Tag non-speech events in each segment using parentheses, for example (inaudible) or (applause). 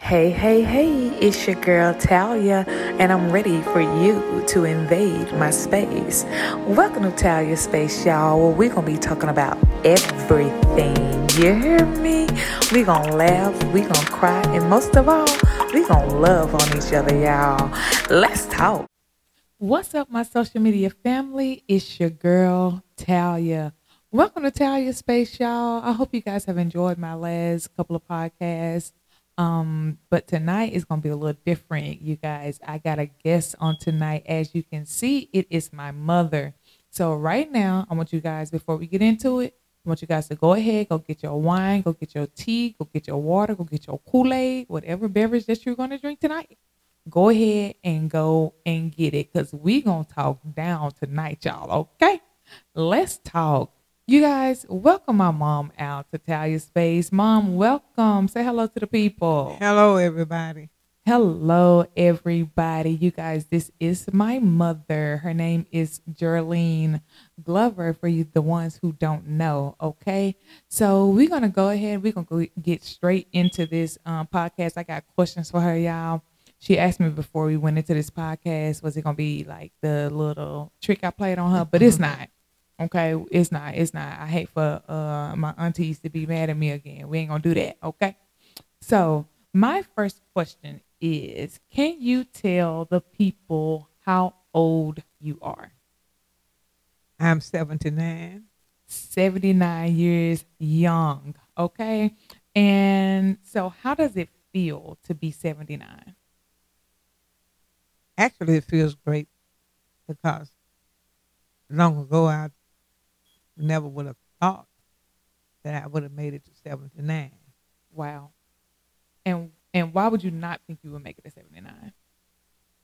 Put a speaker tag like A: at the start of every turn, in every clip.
A: Hey, hey, hey, it's your girl Talia, and I'm ready for you to invade my space. Welcome to Talia Space, y'all, where we're going to be talking about everything. You hear me? We're going to laugh, we're going to cry, and most of all, we're going to love on each other, y'all. Let's talk. What's up, my social media family? It's your girl Talia. Welcome to Talia Space, y'all. I hope you guys have enjoyed my last couple of podcasts. Um, but tonight is going to be a little different, you guys. I got a guest on tonight. As you can see, it is my mother. So, right now, I want you guys, before we get into it, I want you guys to go ahead, go get your wine, go get your tea, go get your water, go get your Kool Aid, whatever beverage that you're going to drink tonight. Go ahead and go and get it because we going to talk down tonight, y'all. Okay? Let's talk. You guys, welcome my mom out to Talia Space. Mom, welcome. Say hello to the people.
B: Hello, everybody.
A: Hello, everybody. You guys, this is my mother. Her name is Geraldine Glover for you, the ones who don't know. Okay. So we're going to go ahead. We're going to get straight into this um, podcast. I got questions for her, y'all. She asked me before we went into this podcast, was it going to be like the little trick I played on her? But it's not. Okay. It's not. It's not. I hate for uh, my aunties to be mad at me again. We ain't going to do that. Okay. So, my first question is Can you tell the people how old you are?
B: I'm 79.
A: 79 years young, okay? And so, how does it feel to be 79?
B: Actually, it feels great because long ago I never would have thought that I would have made it to 79.
A: Wow. And and why would you not think you would make it to 79?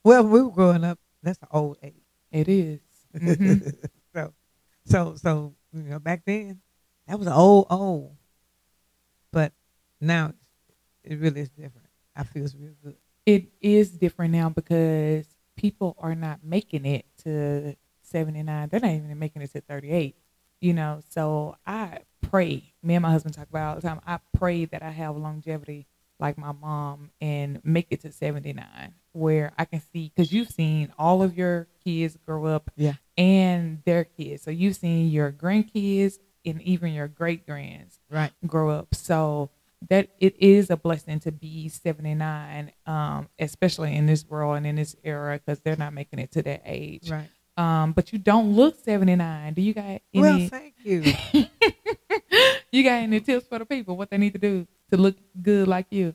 B: Well, when we were growing up, that's an old age.
A: It is. Mhm.
B: (laughs) so, so, so you know, back then that was old, old. But now it really is different. I feel it's real good.
A: it is different now because people are not making it to 79 they're not even making it to 38 you know so i pray me and my husband talk about it all the time i pray that i have longevity like my mom and make it to 79 where i can see because you've seen all of your kids grow up
B: Yeah.
A: and their kids so you've seen your grandkids and even your great grands
B: Right.
A: grow up. So that it is a blessing to be 79, um, especially in this world and in this era, because they're not making it to that age.
B: Right.
A: Um, but you don't look 79. Do you got any?
B: Well, thank you.
A: you got any tips for the people? What they need to do to look good like you?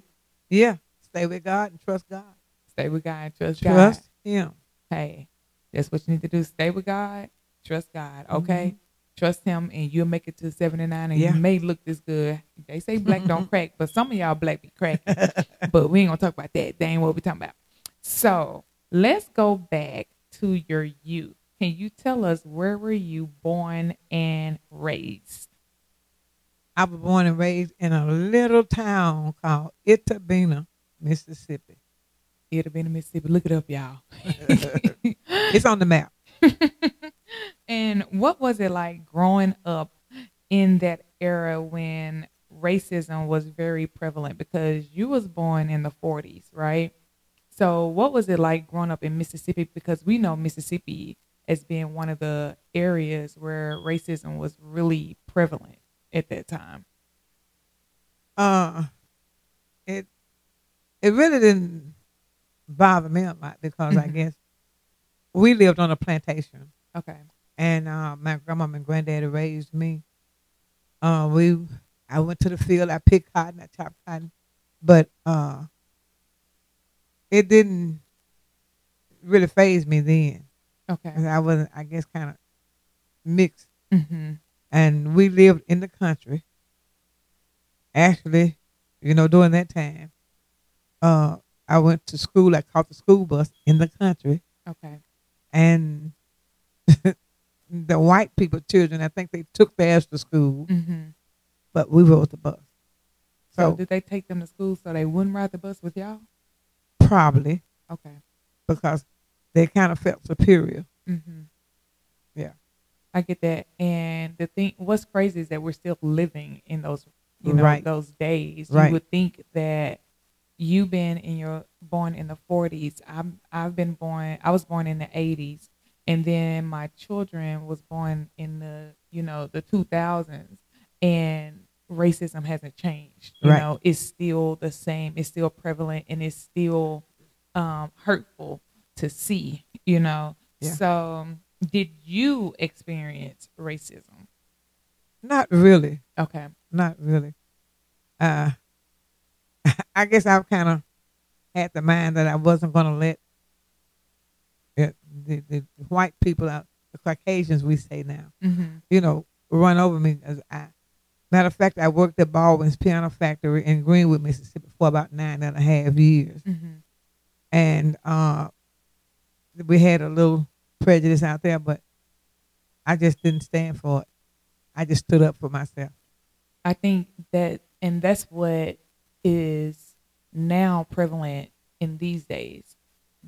B: yeah. Stay with God and trust God.
A: Stay with God. Trust, God.
B: Trust Him.
A: Hey, that's what you need to do. Stay with God. Trust God. Okay.
B: Mhm.
A: Trust him and you'll make it to 79 and
B: Yeah.
A: you may look this good. They say black (laughs) don't crack, but some of y'all black be cracking. (laughs) but we ain't gonna talk about that. That ain't what we're talking about. So let's go back to your youth. Can you tell us where were you born and raised?
B: I was born and raised in a little town called Itabena, Mississippi. (laughs)
A: It'd have been in Mississippi. Look it up, y'all.
B: It's on the map.
A: and what was it like growing up in that era when racism was very prevalent? Because you was born in the forties, right? So what was it like growing up in Mississippi? Because we know Mississippi as being one of the areas where racism was really prevalent at that time.
B: Uh, it it really didn't bother me a lot because I
A: Mhm.
B: guess we lived on a plantation,
A: Okay.
B: and uh, my grandma and granddaddy raised me. Uh, we I went to the field. I picked cotton. I chopped cotton, but uh, it didn't really phase me then.
A: Okay.
B: 'cause I wasn't, I guess, kind of mixed.
A: Mm-hmm.
B: and we lived in the country. Actually, you know, during that time, uh, I went to school. I caught the school bus in the country,
A: Okay.
B: and (laughs) the white people, children, I think they took theirs to school,
A: Mm-hmm.
B: but we rode the bus.
A: So,
B: So
A: did they take them to school so they wouldn't ride the bus with y'all?
B: probably
A: Okay.
B: because they kind of felt superior.
A: Mm-hmm.
B: Yeah.
A: I get that. And the thing, what's crazy is that we're still living in those, you know,
B: Right.
A: those days. You
B: Right.
A: would think that you been in your born in the 40s. I'm I've been born. I was born in the 80s, and then my children was born in the you know the 2000s, and racism hasn't changed. You
B: Right.
A: know, it's still the same. It's still prevalent, and it's still um, hurtful to see. You know.
B: Yeah.
A: So, did you experience racism?
B: Not really.
A: Okay.
B: Not really. Uh, (laughs) I guess I've kind of had the mind that I wasn't going to let it, the, the white people out, the Caucasians we say now,
A: Mm-hmm.
B: you know, run over me. As I, matter of fact, I worked at Baldwin's Piano Factory in Greenwood, Mississippi for about nine and a half years.
A: Mm-hmm.
B: and uh, we had a little prejudice out there, but I just didn't stand for it. I just stood up for myself.
A: I think that, and that's what is now prevalent in these days.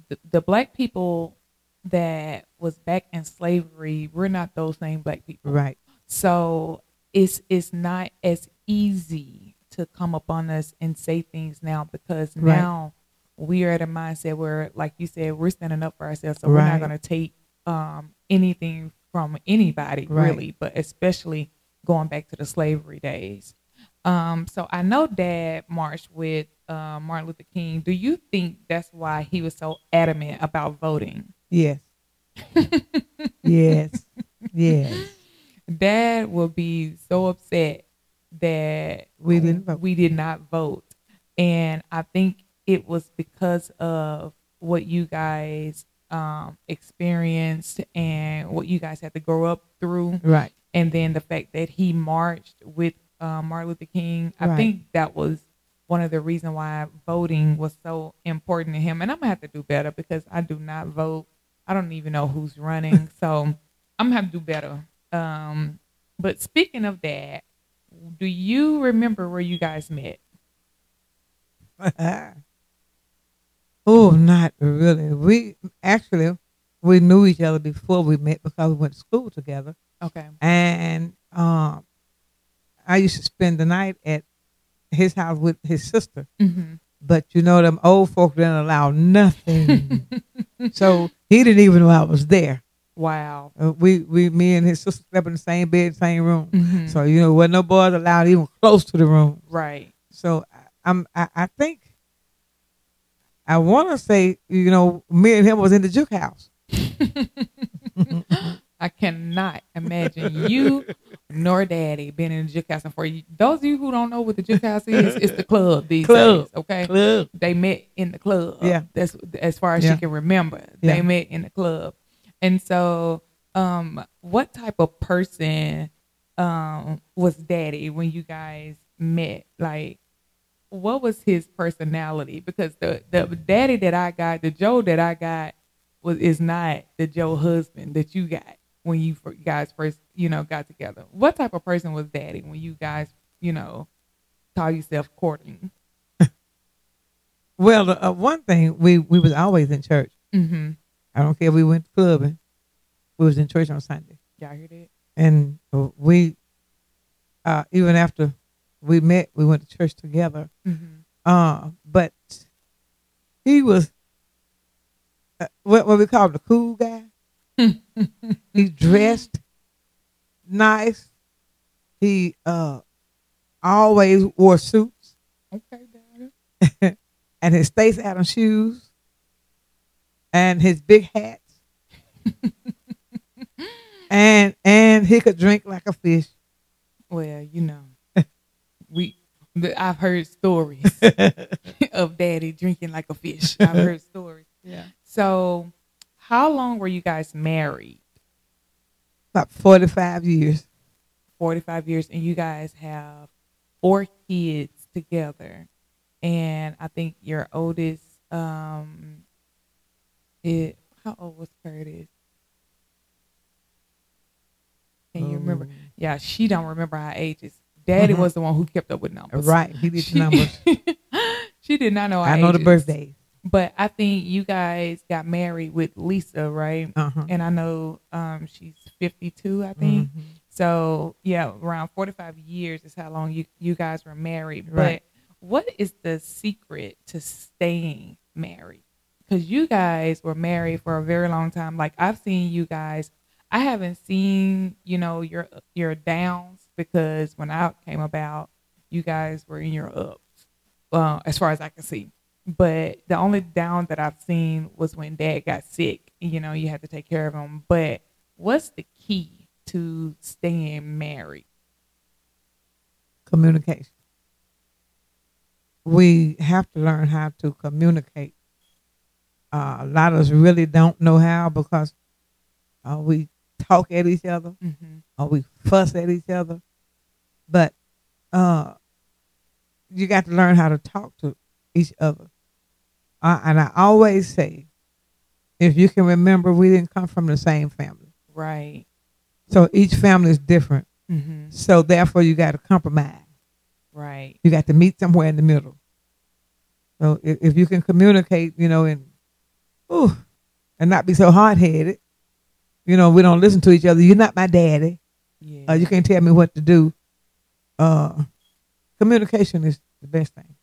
A: The, the black people that was back in slavery, we're not those same black people.
B: Right.
A: So it's it's not as easy to come upon us and say things now because
B: Right.
A: now we are at a mindset where, like you said, we're standing up for ourselves. So we're
B: Right.
A: not going to take um, anything from anybody
B: Right.
A: really, but especially going back to the slavery days. Um, so I know Dad marched with uh, Martin Luther King. Do you think that's why he was so adamant about voting?
B: Yes. yes. Yes.
A: Dad will be so upset that
B: We didn't vote.
A: We did not vote, and I think it was because of what you guys um, experienced and what you guys had to grow up through,
B: Right.
A: and then the fact that he marched with uh, Martin Luther King. I
B: Right.
A: think that was one of the reasons why voting was so important to him. And I'm gonna have to do better because I do not vote. I don't even know who's
B: (laughs)
A: running, so I'm gonna have to do better. Um, but speaking of that, do you remember where you guys met?
B: Ah. oh, not really. We actually we knew each other before we met because we went to school together,
A: Okay.
B: and um, I used to spend the night at his house with his sister.
A: hmm
B: But you know, them old folk didn't allow nothing. so he didn't even know I was there.
A: Wow.
B: Uh, we, we, me and his sister slept in the same bed, same room.
A: Mhm.
B: So you know, wasn't no boys allowed even close to the room.
A: Right.
B: So I, I'm, I, I think, I want to say, you know, me and him was in the juke house.
A: I cannot imagine you nor daddy being in the juke house. And for you, those of you who don't know what the juke house is, it's the club these
B: Club.
A: days. Okay.
B: Club.
A: They met in the club.
B: Yeah.
A: That's as far as
B: Yeah.
A: she can remember.
B: Yeah.
A: They met in the club. And so, um, what type of person um was daddy when you guys met? Like what was his personality? Because the the daddy that I got, the Joe that I got, was is not the Joe husband that you got when you fir- guys first you know got together. What type of person was daddy when you guys you know call yourself courting?
B: Well, uh, one thing we we was always in church.
A: Mm-hmm.
B: I don't care if we went clubbing, we was in church on Sunday.
A: Y'all hear that?
B: and we uh even after we met we went to church together
A: Mm-hmm.
B: uh but he was uh, what, what we call him, the
A: (laughs)
B: cool guy he dressed nice he uh always wore suits
A: Okay, daddy.
B: and his Stace Adams shoes and his big
A: (laughs)
B: hats and and he could drink like a fish
A: Well, you know, we the, I've heard stories of daddy drinking like a fish. I've heard stories.
B: yeah
A: So, how long were you guys married?
B: about 45 years
A: 45 years and you guys have four kids together and i think your oldest um it how old was curtis can
B: Um,
A: you remember yeah she don't remember our ages daddy
B: Mhm.
A: was the one who kept up with numbers
B: Right.
A: (laughs)
B: He did the numbers.
A: she did not know our
B: I know the
A: ages.
B: birthdays.
A: but i think you guys got married with lisa right
B: Uh-huh. Mm-hmm.
A: and i know um she's 52 i think so yeah, around forty five years is how long you, you guys were married.
B: Right.
A: what is the secret to staying married? Because you guys were married for a very long time. Like I've seen you guys, I haven't seen you know your your downs because when I came about, you guys were in your ups, uh, as far as I can see. But the only down that I've seen was when Dad got sick. You know, you had to take care of him. But what's the key to staying married?
B: Communication. We have to learn how to communicate. Uh, a lot of us really don't know how because uh, we talk at each other
A: Mm-hmm.
B: or we fuss at each other. But uh, you got to learn how to talk to each other. Uh, and I always say, if you can remember, we didn't come from the same family.
A: Right.
B: So each family is different.
A: Mm-hmm.
B: So therefore, you got to compromise.
A: Right.
B: You got to meet somewhere in the middle. So if, if you can communicate, you know, and ooh, and not be so hard headed, you know, we don't listen to each other. You're not my daddy.
A: Yeah.
B: Uh, you can't tell me what to do. Uh, communication is the best thing.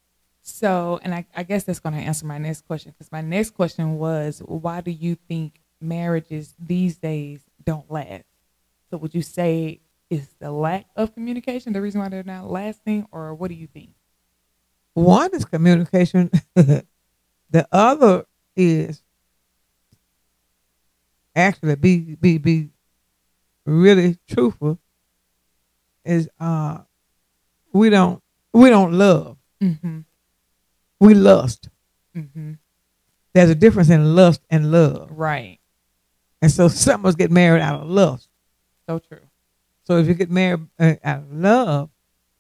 A: So, and I, I guess that's going to answer my next question because my next question was, why do you think marriages these days don't last? So, would you say is the lack of communication the reason why they're not lasting, or what do you think?
B: One is communication. (laughs) the other is actually be be be really truthful. Is uh we don't we don't love
A: Mm-hmm.
B: we lust.
A: Mm-hmm.
B: There's a difference in lust and love,
A: Right.
B: and so some of us get married out of lust.
A: So true.
B: So if you get married uh, out of love,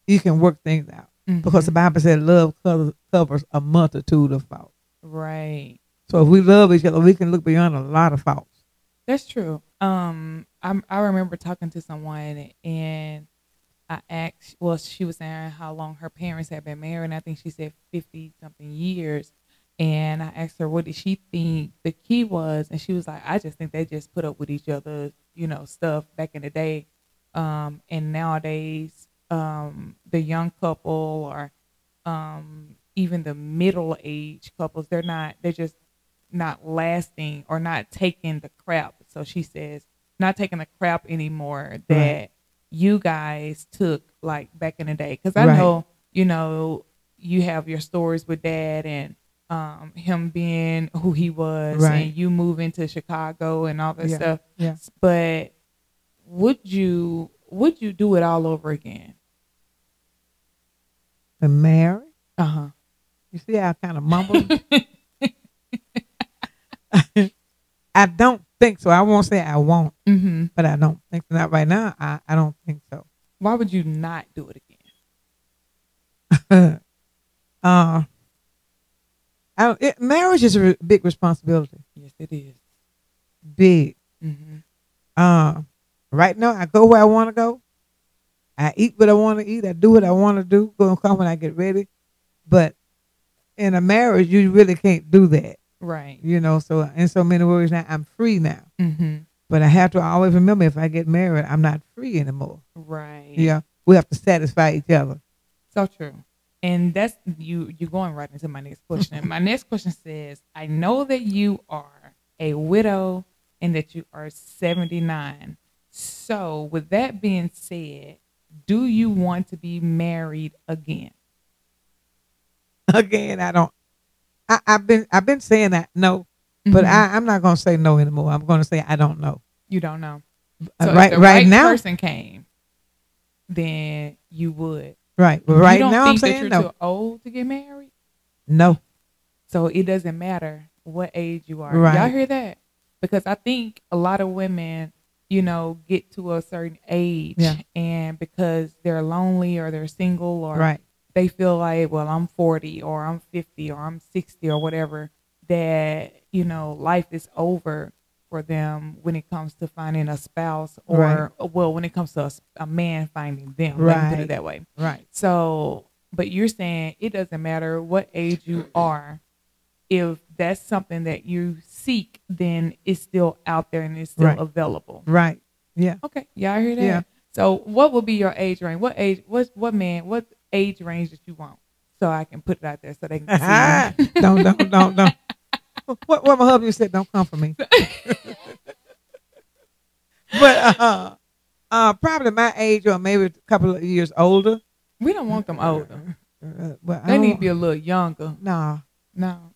B: you can work things out because the
A: Mhm.
B: Bible said love covers, covers a multitude of faults.
A: right.
B: So if we love each other, we can look beyond a lot of faults.
A: That's true. Um, I I remember talking to someone and I asked. Well, she was saying how long her parents had been married. And I think she said fifty something years. And I asked her what did she think the key was, and she was like, I just think they just put up with each other, you know, stuff back in the day, um, and nowadays, um, the young couple or um, even the middle aged couples, they're not. They're just not lasting or not taking the crap. So she says, not taking the crap anymore that
B: Right.
A: you guys took like back in the day. Because I
B: Right.
A: know, you know, you have your stories with dad and um, him being who he was
B: Right.
A: and you moving to Chicago and all that
B: Yeah.
A: stuff.
B: Yeah.
A: But would you would you do it all over again?
B: To marry,
A: Uh
B: Uh-huh.
A: huh.
B: you see how I kind of mumble. (laughs) I don't think so. I won't say I won't,
A: Mm-hmm.
B: but I don't think so. Not right now. I, I don't think so. (laughs)
A: Why would you not do it again?
B: uh, I, don't- it, marriage is a re- big responsibility.
A: Yes, it is.
B: Big.
A: Mm-hmm.
B: Uh, right now, I go where I want to go. I eat what I want to eat. I do what I want to do. Go and come when I get ready. But in a marriage, you really can't do that,
A: Right.
B: you know. So in so many words, now I'm free now.
A: Mm-hmm.
B: But I have to always remember if I get married, I'm not free anymore.
A: Right.
B: Yeah, we have to satisfy each other. (laughs)
A: So true. And that's you you're going right into my next question. my next question says, I know that you are a widow and that you are 79. So with that being said, do you want to be married again?
B: Again, I don't. I, I've been I've been saying that no, but
A: Mhm.
B: I, I'm not gonna say no anymore. I'm gonna say I don't know.
A: you don't know.
B: Uh,
A: So
B: right,
A: if the
B: right,
A: right,
B: now,
A: person came, then you would.
B: right, but
A: You
B: right
A: don't
B: now, I'm
A: think that
B: saying
A: you're
B: no,
A: too old to get married.
B: no.
A: So it doesn't matter what age you are.
B: Right.
A: Y'all hear that? Because I think a lot of women, you know, get to a certain age
B: Yeah.
A: and because they're lonely or they're single or
B: Right,
A: they feel like, well, I'm 40 or I'm 50 or I'm 60 or whatever, that, you know, life is over for them when it comes to finding a spouse or, well, when it comes to a, s- a man finding them. Let me put
B: Right.
A: it that way.
B: right.
A: So, but you're saying it doesn't matter what age you are. If that's something that you seek, then it's still out there and it's still
B: Right.
A: available.
B: Right. Yeah.
A: Okay, y'all hear that?
B: Yeah.
A: So, what would be your age range? What age? What what man? What age range that you want? so I can put it out there so they
B: (laughs)
A: can (laughs) see.
B: don't, don't, don't, don't. What, what my husband said, don't come
A: (laughs)
B: for me. but uh, uh, probably my age or maybe a couple of years older.
A: we don't want them older.
B: Uh, well, I
A: They need to
B: don't-
A: be a little younger.
B: Nah. (laughs)
A: No.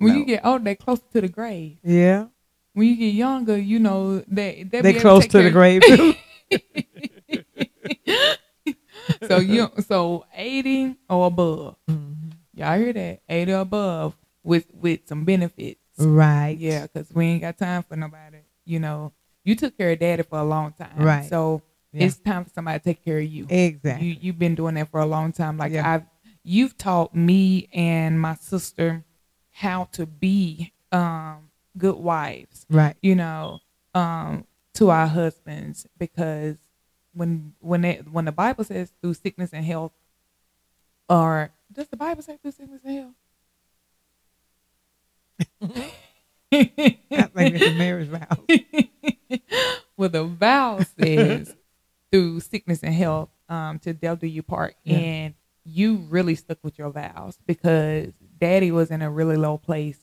A: When
B: No.
A: you get older, they're closer to the grave.
B: Yeah.
A: When you get younger, you know they they
B: They close to the grave (laughs) too.
A: So you so eighty or above. Y'all hear that? Eighty or above with with some benefits.
B: Right.
A: Yeah, because we ain't got time for nobody. You know, you took care of daddy for a long time.
B: Right.
A: So
B: Yeah.
A: it's time for somebody to take care of you.
B: Exactly.
A: You you've been doing that for a long time. Like
B: Yeah.
A: I've you've taught me and my sister how to be um good wives,
B: (laughs) Right.
A: you know, um, to our husbands because when when it when the Bible says through sickness and health or does the Bible say through sickness and health?
B: (laughs) I think it's a marriage vow.
A: (laughs) well, the
B: (laughs)
A: vow says through sickness and health um, to they'll do you part.
B: Yeah.
A: And you really stuck with your vows because daddy was in a really low place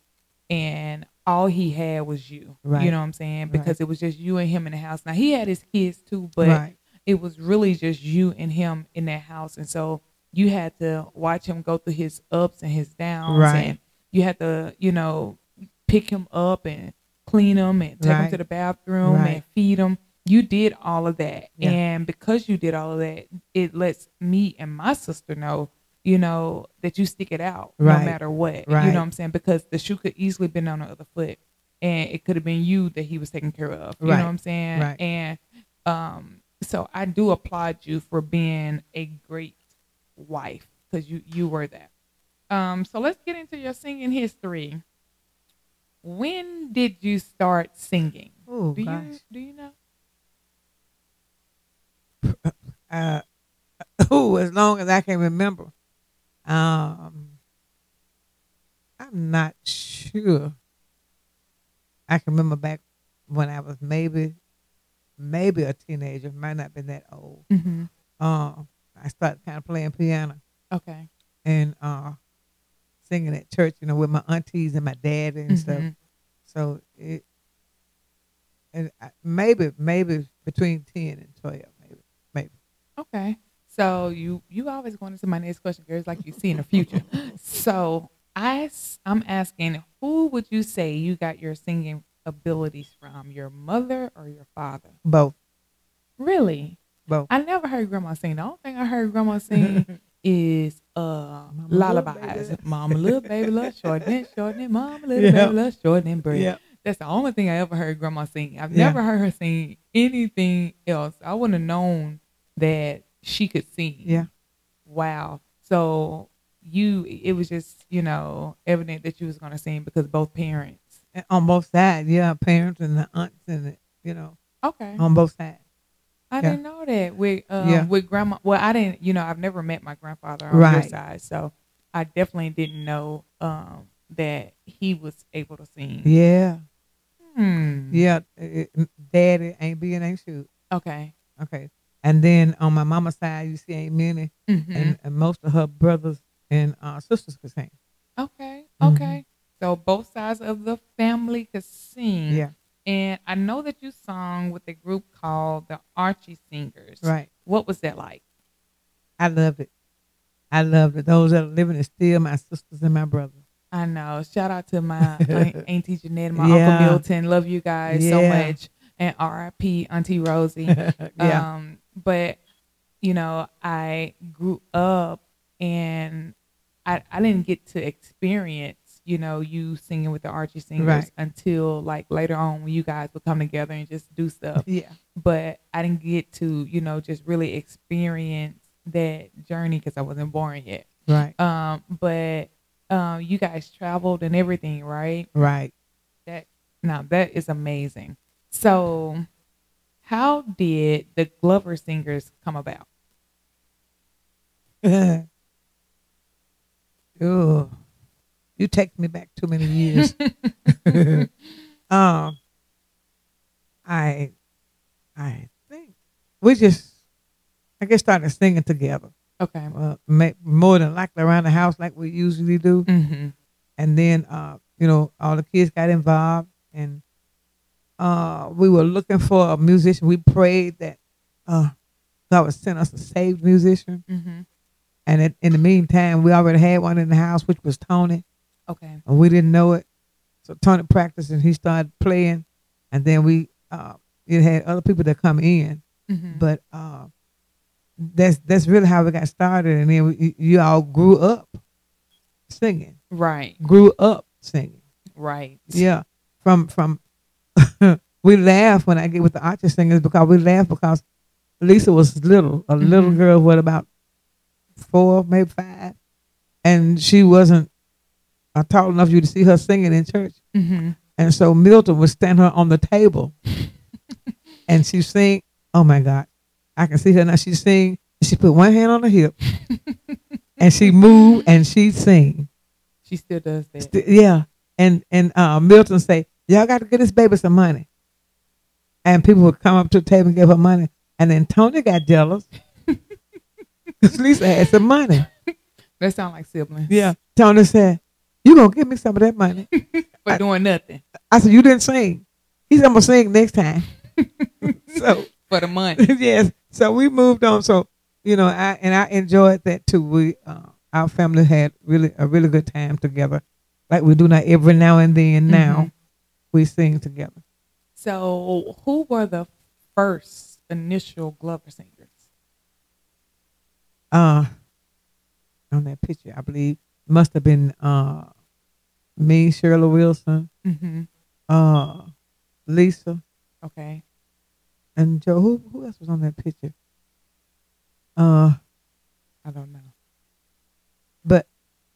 A: and all he had was you.
B: Right.
A: You know what I'm saying?
B: Right.
A: Because it was just you and him in the house. Now, he had his kids too, but
B: right.
A: it was really just you and him in that house. And so you had to watch him go through his ups and his downs.
B: Right.
A: And you had to, you know, pick him up and clean him and take him
B: Right.
A: to the bathroom
B: Right.
A: and feed him. You did all of that.
B: Yeah.
A: And because you did all of that, it lets me and my sister know, you know, that you stick it out
B: Right.
A: no matter what. You
B: Right.
A: know what I'm saying? Because the shoe could easily been on the other foot and it could have been you that he was taking care of. You
B: Right.
A: know what I'm saying?
B: Right.
A: And um, so I do applaud you for being a great wife because you you were that. Um, so let's get into your singing history. When did you start singing?
B: Oh
A: do
B: gosh.
A: you do you know?
B: uh, (laughs) ooh, as long as I can remember. Um, I'm not sure. I can remember back when I was maybe, maybe a teenager. Might not been that old.
A: Mm-hmm.
B: Um, I started kind of playing piano
A: Okay.
B: and uh, singing at church, you know, with my aunties and my dad and stuff.
A: Mhm.
B: So it, and I, maybe, maybe between ten and twelve, maybe.
A: Okay. So you you always going into my next question, girl. It's like you see in the
B: (laughs)
A: future. so I s- I'm asking, who would you say you got your singing abilities from? Your mother or your father?
B: Both,
A: Really?
B: both.
A: I never heard grandma sing. The only thing I heard grandma sing
B: (laughs)
A: is uh
B: Little
A: lullabies.
B: Baby.
A: Mama little baby love shortening, shortening, mama little
B: Yeah.
A: baby love shortening bread.
B: Yeah.
A: That's the only thing I ever heard grandma sing. I've
B: Yeah.
A: never heard her sing anything else. I wouldn't have known that she could sing.
B: Yeah.
A: Wow. So you it was just, you know, evident that you was gonna sing because both parents.
B: And on both sides, yeah, parents and the aunts and the, you know,
A: Okay.
B: on both sides.
A: I
B: Yeah.
A: didn't know that with um,
B: Yeah.
A: with grandma. Well, I didn't. You know, I've never met my grandfather on your
B: Right.
A: side, so I definitely didn't know um, that he was able to sing.
B: Yeah,
A: Hmm.
B: yeah. It, it- daddy ain't being ain't shoot.
A: Okay.
B: Okay, and then on my mama's side, you see ain't many,
A: Mhm.
B: and, and most of her brothers and uh, sisters could sing.
A: Okay.
B: Mhm.
A: Okay. So both sides of the family could sing.
B: Yeah,
A: And I know that you sung with a group called the Archie Singers.
B: right.
A: What was that like?
B: I loved it. I loved it. Those that are living is still my sisters and my brothers.
A: I know. Shout out to
B: (laughs)
A: my aunt, auntie Jeanette, and my
B: Yeah.
A: uncle Milton. Love you guys so
B: Yeah.
A: much. And R.I.P. Auntie Rosie.
B: yeah,
A: Um, but you know, I grew up and I I didn't get to experience, you know, you singing with the Archie singers
B: Right.
A: until like later on when you guys would come together and just do stuff.
B: yeah,
A: But I didn't get to, you know, just really experience that journey because I wasn't born yet.
B: right,
A: Um, but um, you guys traveled and everything, right?
B: right.
A: Now that is amazing. So, how did the Glover Singers come about?
B: (laughs) Ooh, you take me back too many years. um, I, I think we just, I guess, started singing together.
A: Okay.
B: uh, ma- more than likely around the house like we usually do.
A: Mm-hmm.
B: And then, uh, you know, all the kids got involved, and uh, we were looking for a musician. We prayed that uh, God would send us a saved musician.
A: Mm-hmm.
B: And it, in the meantime, we already had one in the house, which was Tony,
A: Okay.
B: and we didn't know it. So Tony practiced, and he started playing. And then we, uh, it had other people that come in,
A: Mm-hmm.
B: but uh, that's that's really how we got started. And then we, you- you all grew up singing,
A: right.
B: grew up singing.
A: Right.
B: Yeah, from from (laughs) we laugh when I get with the Archer singers because we laugh because Lisa was little, a little
A: Mhm.
B: girl, what about four, maybe five, and she wasn't uh, tall enough you to see her singing in church,
A: Mm-hmm.
B: and so Milton would stand her on the table, and she sing. Oh my God, I can see her now. She sing. She put one hand on the hip, and she move and she sing.
A: She still does that.
B: St- yeah. And and uh, Milton say, y'all got to get this baby some money. And people would come up to the table and give her money. And then Tony got jealous because Lisa had some money.
A: that sounds like siblings.
B: Tony said, you going to give me some of that money.
A: For
B: I-
A: doing nothing.
B: I said, you didn't sing. He said, I'm going to sing next time. (laughs) so,
A: For the money.
B: (laughs) yes. So we moved on. So, you know, I and I enjoyed that too. We uh, Our family had really a really good time together. Like we do now every now and then now.
A: Mhm.
B: we sing together.
A: So, who were the first initial Glover singers?
B: Uh, on that picture, I believe must have been uh, me, Shirley Wilson,
A: Mm-hmm.
B: uh, Lisa,
A: Okay.
B: and Joe. Who, who else was on that picture? Uh,
A: I don't know.
B: but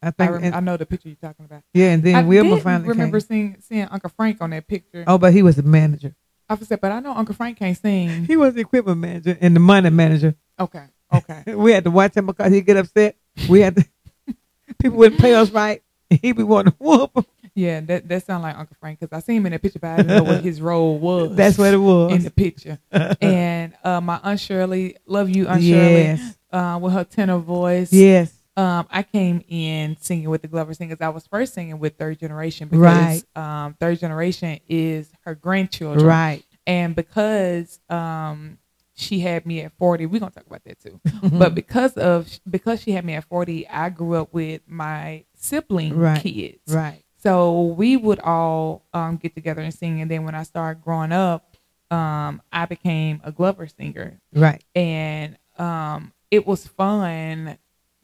B: I
A: I,
B: think
A: rem-
B: and-
A: I know the picture you're talking about.
B: yeah, and then
A: I
B: Wilma
A: didn't
B: finally
A: remember
B: came.
A: seeing seeing Uncle Frank on that picture.
B: Oh, but he was the manager.
A: I said, but I know Uncle Frank can't sing.
B: He was the equipment manager and the money manager. (laughs)
A: Okay. Okay.
B: We had to watch him because he get upset. We had to, (laughs) people wouldn't pay us right. He be wanting to whoop. 'em.
A: Yeah, that that sounds like Uncle Frank because I seen him in that picture, but I didn't know what his role was.
B: That's what it was.
A: in the picture.
B: (laughs)
A: and uh, my Aunt Shirley, love you, Aunt Shirley,
B: yes,
A: uh, with her tenor voice.
B: yes.
A: Um, I came in singing with the Glover Singers. I was first singing with Third Generation because
B: Right.
A: um, Third Generation is her grandchildren.
B: Right.
A: And because um, she had me at 40, we're going to talk about that
B: (laughs)
A: too. but because of because she had me at 40, I grew up with my sibling
B: Right.
A: kids.
B: right.
A: So we would all um, get together and sing. And then when I started growing up, um, I became a Glover singer.
B: Right.
A: And um, it was fun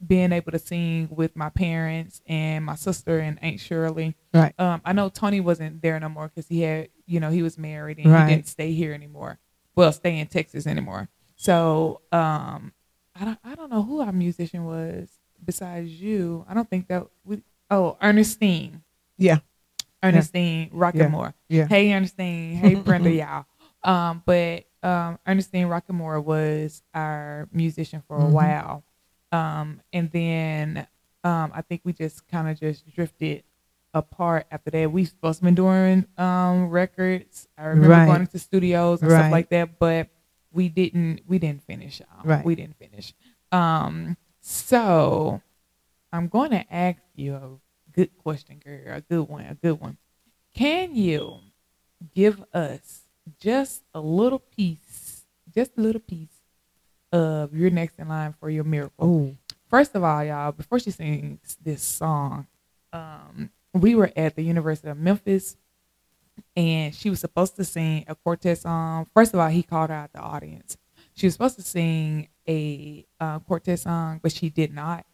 A: being able to sing with my parents and my sister and Aunt Shirley.
B: Right.
A: Um, I know Tony wasn't there no more because he had, you know, he was married and
B: Right.
A: he didn't stay here anymore. Well, stay in Texas anymore. So um, I don't, I don't know who our musician was besides you. I don't think that we. Oh, Ernestine.
B: Yeah.
A: Ernestine Rockamore.
B: Yeah.
A: Hey, Ernestine.
B: (laughs)
A: Hey, Brenda, y'all. Um, but um, Ernestine Rockamore was our musician for a
B: Mhm.
A: while, um, and then um, I think we just kind of just drifted apart after that. We supposed to been doing um, records. I remember
B: Right.
A: going to studios and
B: Right.
A: stuff like that, but we didn't. We didn't finish. Y'all.
B: Right.
A: We didn't finish. Um, so I'm going to ask you a good question, girl. A good one. A good one. Can you give us just a little piece, just a little piece of your next in line for your miracle?
B: Oh.
A: First of all, y'all, before she sings this song, um, we were at the University of Memphis and she was supposed to sing a quartet song. First of all, he called her out the audience. She was supposed to sing a uh, quartet song, but she did not.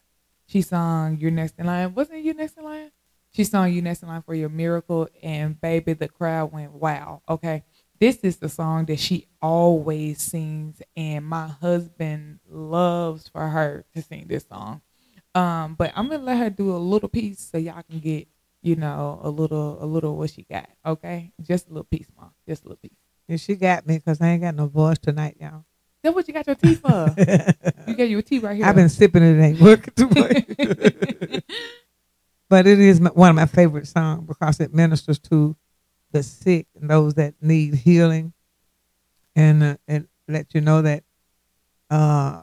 A: She sung Your Next in Line. Wasn't it Your Next in Line? She sung You Next in Line for Your Miracle, and baby, the crowd went wow. Okay. This is the song that she always sings, and my husband loves for her to sing this song. Um, but I'm gonna let her do a little piece so y'all can get, you know, a little, a little what she got. Okay, just a little piece, mom. Just a little piece.
B: And she got me because I ain't got no voice tonight, y'all. (laughs)
A: That's what you got your tea for. you
B: I've
A: got your tea right here. (laughs)
B: been sipping it, it ain't working too much. but it is my, one of my favorite songs because it ministers to the sick and those that need healing, and uh, it lets you know that uh,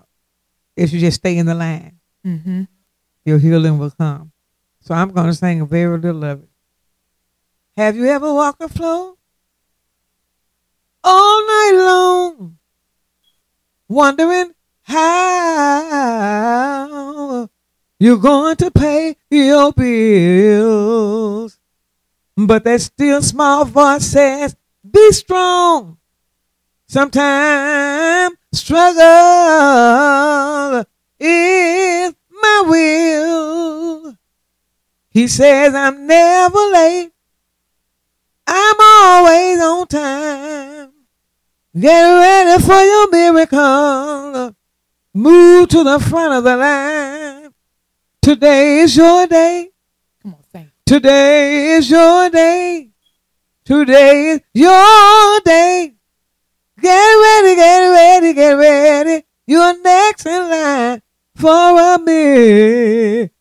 B: If you just stay in the line,
A: Mm-hmm.
B: your healing will come. So I'm going to sing a very little of it. Have you ever walked the floor all night long, wondering how you're going to pay your bills? But that still small voice says, be strong. Sometimes struggle is my will. He says, I'm never late. I'm always on time. Get ready for your miracle. Move to the front of the line. Today is your day.
A: Come on, sing.
B: Today is your day. Today is your day. Get ready, get ready, get ready. You're next in line for a miracle.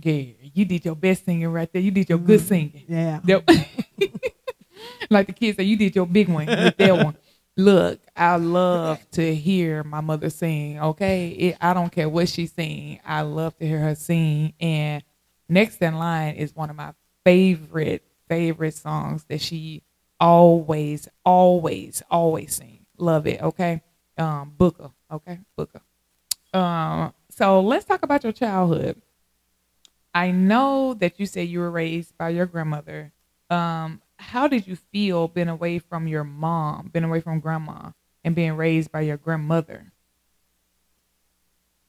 A: Yeah, you did your best singing right there. You did your
B: Mm.
A: good singing.
B: Yeah.
A: That- (laughs) like the kids say, you did your big one with that one. Look, I love to hear my mother sing. Okay, it, I don't care what she sing. I love to hear her sing. And next in line is one of my favorite favorite songs that she always, always, always sing. Love it. Okay, um, Booker. Okay, Booker. Um, so let's talk about your childhood. I know that you said you were raised by your grandmother. Um, how did you feel being away from your mom, being away from grandma, and being raised by your grandmother?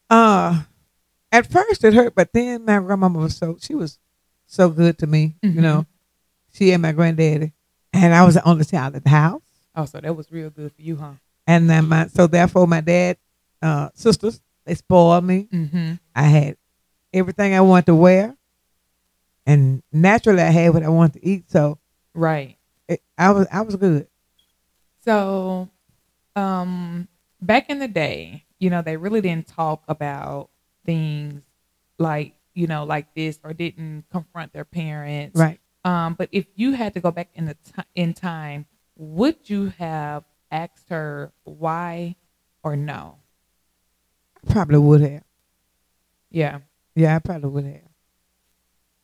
B: Uh, at first it hurt, but then my grandmama was so, she was so good to me, you
A: Mhm.
B: know. She and my granddaddy. And I was the only child at the house.
A: Oh, so that was real good for you, huh?
B: And then my, so therefore my dad, uh, sisters, they spoiled me.
A: Mm-hmm.
B: I had everything I wanted to wear, and naturally I had what I wanted to eat. So
A: Right.
B: it, I was I was good.
A: So, um, back in the day, you know, they really didn't talk about things like you know, like this, or didn't confront their parents,
B: Right.
A: Um, but if you had to go back in the ti in time, would you have asked her why or no?
B: I probably would have.
A: Yeah,
B: Yeah, I probably would have.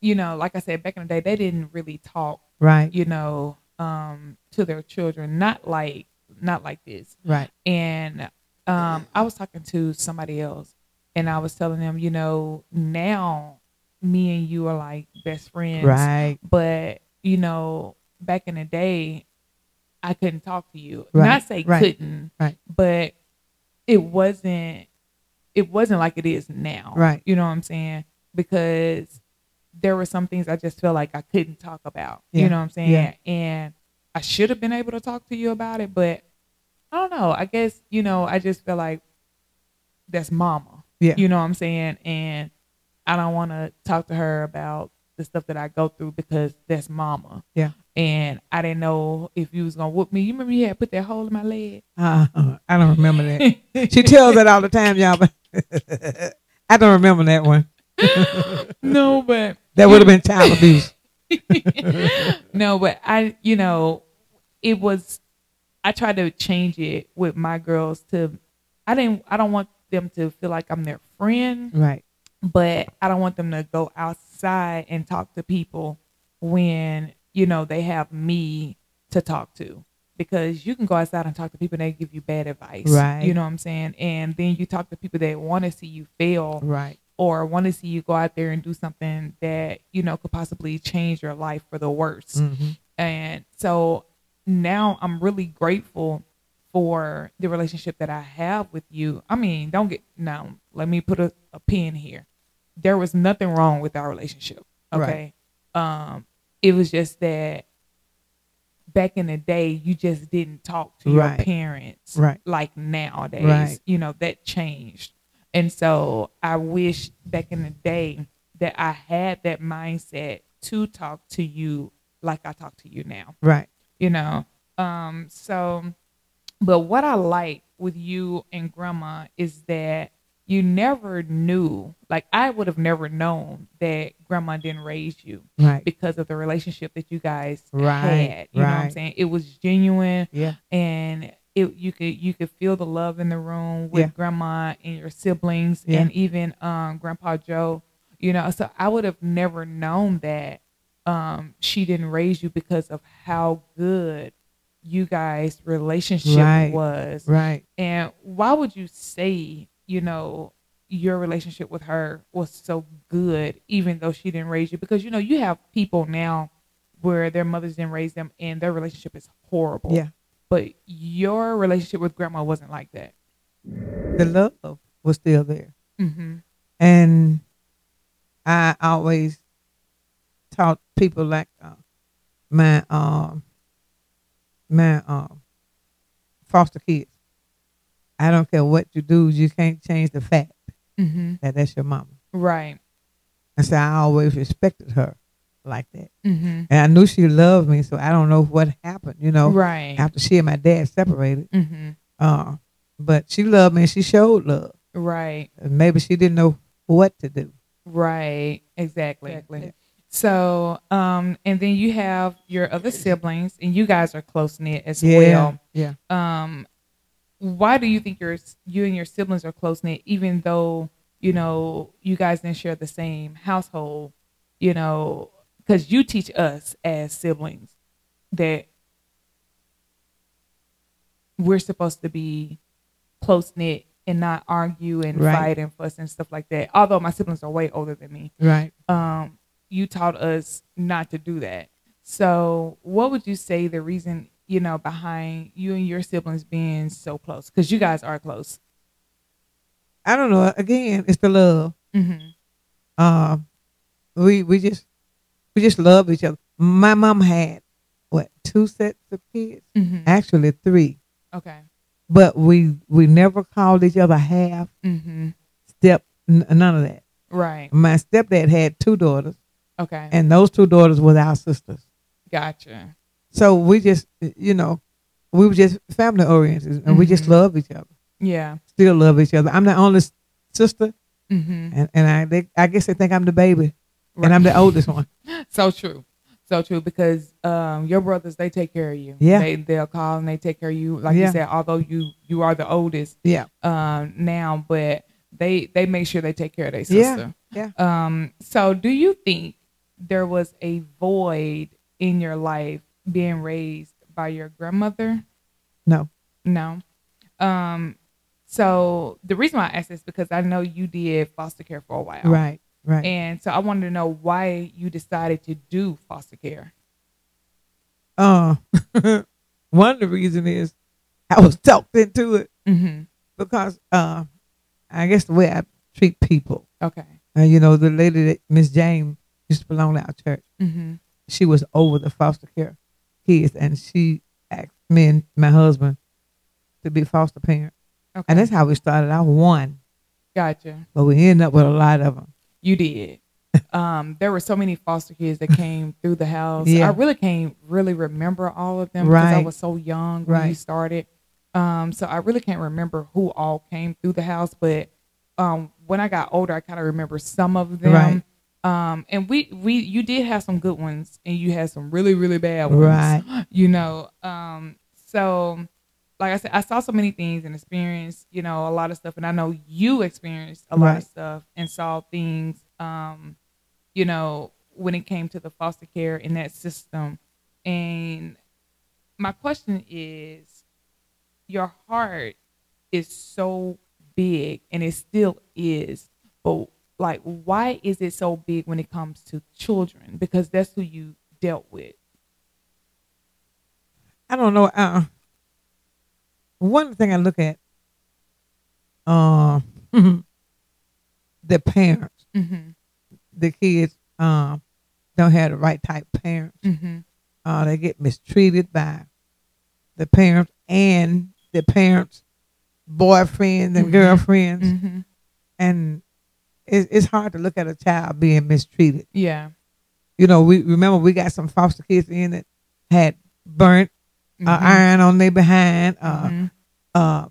A: you know, like I said, back in the day, they didn't really talk,
B: Right.
A: you know, um, to their children, not like not like this.
B: Right.
A: and um, I was talking to somebody else, and I was telling them, you know, now me and you are like best friends,
B: Right.
A: but you know, back in the day, I couldn't talk to you.
B: Right,
A: Not say
B: right,
A: couldn't,
B: right.
A: but it wasn't. It wasn't like it is now,
B: Right.
A: You know what I'm saying? Because there were some things I just felt like I couldn't talk about.
B: Yeah,
A: You know what I'm saying?
B: yeah.
A: And I should have been able to talk to you about it, but I don't know. I guess you know. I just feel like that's mama.
B: Yeah.
A: You know what I'm saying? And I don't want to talk to her about the stuff that I go through because that's mama.
B: Yeah.
A: And I didn't know if you was gonna whoop me. You remember you had put that hole in my leg? (laughs)
B: Uh, I don't remember that. she tells that all the time, y'all. But (laughs) I don't remember that one.
A: no, but
B: That would have been child abuse.
A: no, but I, you know, it was. I tried to change it with my girls to. I didn't. I don't want them to feel like I'm their friend.
B: Right.
A: but I don't want them to go outside and talk to people when you know they have me to talk to because you can go outside and talk to people and they give you bad advice
B: Right.
A: you know what i'm saying and then you talk to people that want to see you fail
B: Right.
A: or want to see you go out there and do something that you know could possibly change your life for the worse
B: hmm
A: and so now I'm really grateful for the relationship that I have with you. I mean, don't get now, let me put a, a pin here. There was nothing wrong with our relationship. Okay. Um, it was just that back in the day you just didn't talk to
B: Right.
A: your parents
B: Right.
A: like nowadays.
B: Right.
A: You know, that changed. And so I wish back in the day that I had that mindset to talk to you like I talk to you now,
B: Right.
A: you know. Um, so but what I like with you and grandma is that you never knew, like I would have never known that grandma didn't raise you
B: Right.
A: because of the relationship that you guys
B: Right,
A: had. You know what I'm
B: right.
A: saying? It was genuine
B: Yeah.
A: and it you could you could feel the love in the room with
B: Yeah.
A: grandma and your siblings
B: Yeah.
A: and even um grandpa joe you know so i would have never known that um she didn't raise you because of how good you guys relationship
B: Right.
A: was
B: Right.
A: and why would you say you know your relationship with her was so good even though she didn't raise you because you know you have people now where their mothers didn't raise them and their relationship is horrible
B: Yeah.
A: but your relationship with grandma wasn't like that
B: The love was still there.
A: mm-hmm.
B: And I always taught people like uh, my um my um foster kids. I don't care what you do, you can't change the fact
A: Mm-hmm.
B: that that's your mama.
A: right
B: And so I always respected her like that.
A: mm-hmm.
B: And I knew she loved me, so I don't know what happened, you know,
A: right
B: after she and my dad separated.
A: mm-hmm.
B: Uh, but she loved me and she showed love.
A: right
B: And maybe she didn't know what to do.
A: right exactly,
B: Exactly.
A: so um and then you have your other siblings and you guys are close knit as
B: yeah.
A: well
B: Yeah.
A: um, why do you think your you and your siblings are close knit, even though you know you guys didn't share the same household? You know, because you teach us as siblings that we're supposed to be close knit and not argue and
B: Right.
A: fight and fuss and stuff like that. Although my siblings are way older than me,
B: Right.
A: um, you taught us not to do that. So, what would you say the reason you know behind you and your siblings being so close? Because you guys are close.
B: I don't know. Again, it's the love.
A: Mm-hmm.
B: Um, we we just we just love each other. My mom had what two sets of kids?
A: Mm-hmm.
B: Actually, three.
A: Okay.
B: But we we never called each other half
A: Mm-hmm.
B: step. N- none of that.
A: Right.
B: My stepdad had two daughters,
A: Okay.
B: and those two daughters were our sisters.
A: Gotcha.
B: So we just you know we were just family oriented, and we just
A: Mhm.
B: love each other.
A: Yeah.
B: Still love each other. I'm the only s- sister,
A: Mm-hmm.
B: and and I they, I guess they think I'm the baby, and I'm the oldest one.
A: (laughs) So true. So true because um, your brothers they take care of you.
B: Yeah.
A: They they'll call and they take care of you. Like
B: Yeah.
A: you said, although you you are the oldest
B: Yeah.
A: um, now, but they they make sure they take care of their sister.
B: Yeah.
A: Um, so do you think there was a void in your life being raised by your grandmother?
B: No.
A: No. Um, so the reason why I asked this because I know you did foster care for a while.
B: Right, right.
A: And so I wanted to know why you decided to do foster care.
B: uh, (laughs) one of the reason is I was talked into it
A: Mm-hmm.
B: because uh, I guess the way I treat people.
A: Okay.
B: Uh, you know, the lady that Miss Jane used to belong to our church.
A: Mm-hmm.
B: She was over the foster care kids, and she asked me and my husband to be foster parent,
A: Okay.
B: and that's how we started. I won,
A: gotcha.
B: but we ended up with a lot of them.
A: You
B: (laughs)
A: did. um, there were so many foster kids that came through the house.
B: Yeah.
A: I really can't really remember all of them because I
B: Right.
A: was so young when you
B: Right.
A: started. Um, so I really can't remember who all came through the house, but um, when I got older, I kind of remember some of them.
B: Right.
A: Um, and we, we, you did have some good ones, and you had some really, really bad ones
B: Right,
A: you know um so like i said i saw so many things and experienced you know a lot of stuff and i know you experienced a lot of
B: Right.
A: stuff and saw things um you know when it came to the foster care in that system and my question is your heart is so big and it still is but like why is it so big when it comes to children because that's who you dealt with
B: I don't know. Uh, one thing I look at, uh, (laughs) the parents.
A: mm-hmm.
B: the kids um, don't have the right type parents.
A: Mm-hmm.
B: Uh, they get mistreated by the parents and the parents' boyfriends and
A: Mhm.
B: girlfriends,
A: Mm-hmm.
B: and it's, it's hard to look at a child being mistreated.
A: Yeah.
B: You know, we remember we got some foster kids in that had burnt
A: Mm-hmm.
B: uh, iron on their behind, uh,
A: Mhm.
B: uh,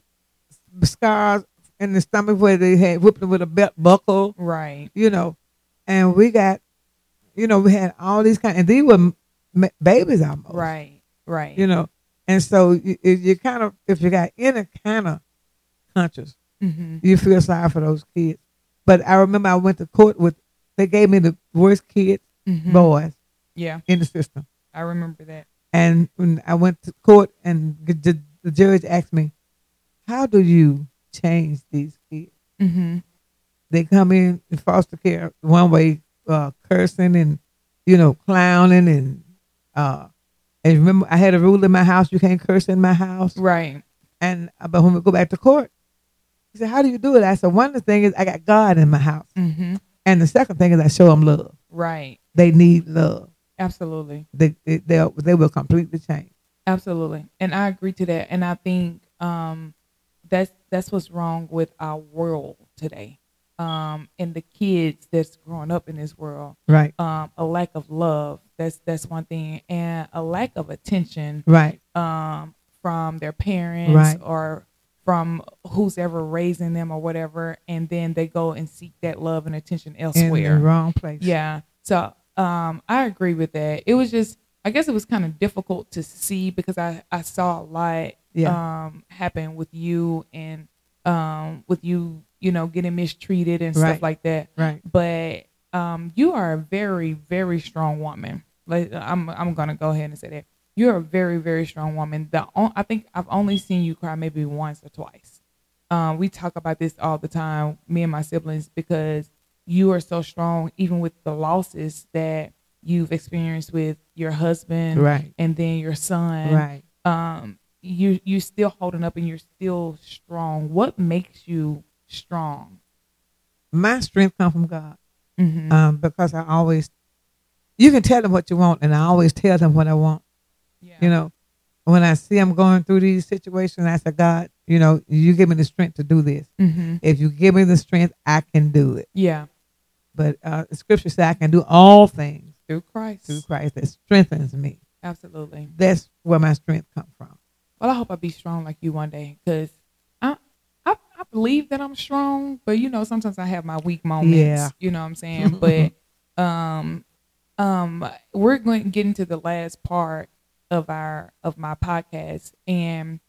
B: scars in the stomach where they had whipped them with a belt buckle.
A: Right.
B: you know, and we got, you know, we had all these kind, and these were m- babies almost,
A: Right. Right.
B: oh. You know, And so you, you kind of, if you got any kind of conscience,
A: Mm-hmm.
B: you feel sorry for those kids. But I remember I went to court with, they gave me the worst kids,
A: Mm-hmm.
B: boys
A: Yeah,
B: in the system.
A: I remember that.
B: And when I went to court, and the, the, the judge asked me, "How do you change these kids?
A: Mm-hmm.
B: They come in in foster care one way, uh, cursing and you know clowning and uh, and remember I had a rule in my house: you can't curse in my house.
A: Right.
B: And uh, but when we go back to court, he said, "How do you do it?" I said, "One of the things is I got God in my house,
A: Mm-hmm.
B: and the second thing is I show them love.
A: Right.
B: They need love.
A: Absolutely.
B: They they they'll- they will completely change."
A: Absolutely. And I agree to that. And I think um, that's that's what's wrong with our world today, um, and the kids that's growing up in this world.
B: Right.
A: Um, a lack of love. That's that's one thing, and a lack of attention
B: Right.
A: um, from their parents
B: Right.
A: or from who's ever raising them or whatever, and then they go and seek that love and attention
B: In
A: elsewhere.
B: the wrong place.
A: Yeah. So um, I agree with that. It was just, I guess it was kind of difficult to see because I, I saw a lot
B: Yeah.
A: um, happen with you and um, with you, you know, getting mistreated and stuff
B: Right.
A: like that.
B: Right.
A: But um, you are a very, very strong woman. Like I'm, I'm gonna go ahead and say that you're a very, very strong woman. The on, I think I've only seen you cry maybe once or twice. Um, we talk about this all the time, me and my siblings, because you are so strong, even with the losses that you've experienced with your husband
B: Right.
A: and then your son
B: Right.
A: um you you still holding up and you're still strong what makes you strong
B: My strength comes from God
A: mm-hmm.
B: um, because I always, you can tell them what you want, and I always tell them what I want.
A: yeah
B: You know, when I see I'm going through these situations, I say, God, you know, you give me the strength to do this.
A: mm-hmm.
B: If you give me the strength, I can do it.
A: yeah
B: But uh, the scripture says I can do all things
A: through christ
B: through Christ that strengthens me.
A: absolutely
B: That's where my strength comes from.
A: well i hope i be strong like you one day because I, I i believe that i'm strong but you know sometimes i have my weak moments
B: Yeah.
A: you know what i'm saying but um um we're going to get into the last part of our of my podcast and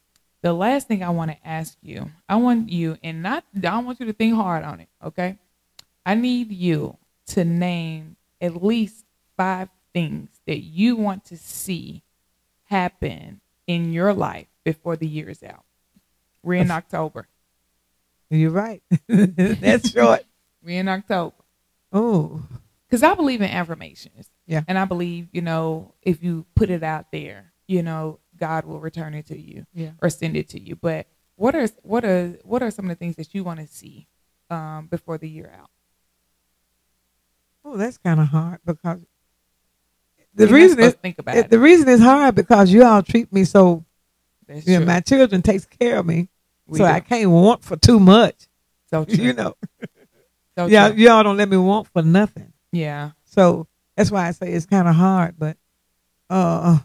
A: the last thing i want to ask you i want you and not i don't want you to think hard on it okay i need you to name at least five things that you want to see happen in your life before the year is out we're in october
B: You're right. (laughs) That's short.
A: we're in october
B: Oh,
A: because I believe in affirmations.
B: Yeah.
A: And I believe, you know, if you put it out there, you know, God will return it to you
B: Yeah.
A: or send it to you. But what are what are what are some of the things that you want to see um, before the year out?
B: oh, that's kind of hard because the
A: You're not
B: reason
A: supposed
B: is
A: to think about
B: It-
A: it.
B: the reason it's hard because you all treat me so.
A: That's
B: You know,
A: true.
B: my children takes care of me,
A: We
B: so
A: do.
B: I can't want for
A: (laughs)
B: too much.
A: so true.
B: You know,
A: so
B: yeah,
A: true.
B: y'all don't let me want for nothing.
A: yeah.
B: So that's why I say it's kind of hard. But uh,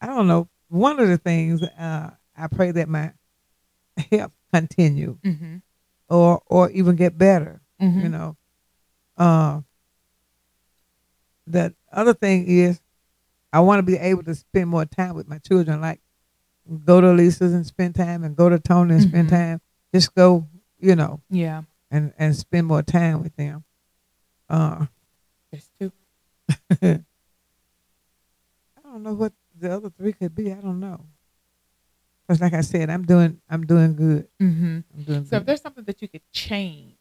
B: I don't know. One of the things uh, I pray that my health continue
A: Mm-hmm.
B: or or even get better.
A: Mm-hmm.
B: You know, uh, the other thing is I want to be able to spend more time with my children, like go to Lisa's and spend time and go to Tony and spend
A: Mhm.
B: time. Just go, you know,
A: yeah.
B: and, and spend more time with them. Uh,
A: That's true.
B: I don't know what the other three could be. I don't know. Cause like I said, I'm doing I'm doing good.
A: Mm-hmm.
B: I'm doing
A: So if
B: good.
A: there's something that you could change,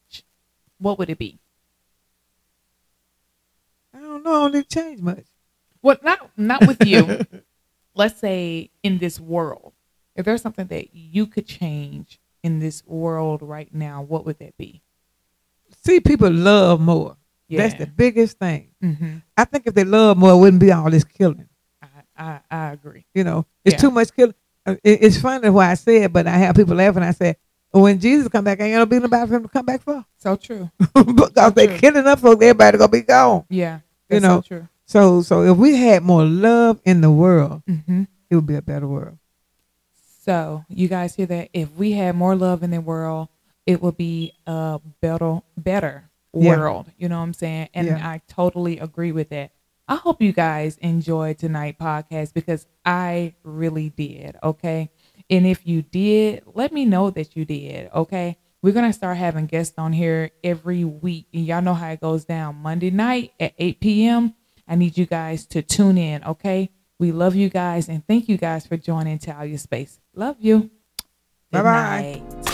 A: what would it be?
B: I don't know. I don't need to change much.
A: Well, not not with you. Let's say in this world, if there's something that you could change in this world right now, what would that be?
B: See, people love more. That's the biggest thing.
A: hmm
B: I think if they love more, it wouldn't be all this killing.
A: I, I I agree.
B: You know, it's
A: Yeah.
B: too much killing. It, it's funny why I say it, but I have people laughing. I say, when Jesus come back, ain't gonna be nobody for him to come back for. (laughs)
A: So true.
B: because they
A: True.
B: killing up folks, everybody gonna be gone.
A: Yeah.
B: You
A: That's so
B: know.
A: true.
B: So, so if we had more love in the world,
A: hmm
B: it would be a better world.
A: So you guys hear that? If we had more love in the world, it would be a better better
B: Yeah.
A: world. You know what I'm saying? And
B: Yeah.
A: I totally agree with that. I hope you guys enjoyed tonight podcast because I really did. Okay. And if you did, let me know that you did. Okay. We're going to start having guests on here every week. And y'all know how it goes down. Monday night at 8 p.m. I need you guys to tune in. Okay. We love you guys and thank you guys for joining Talia Space. Love you. Good
B: Bye-bye.
A: night.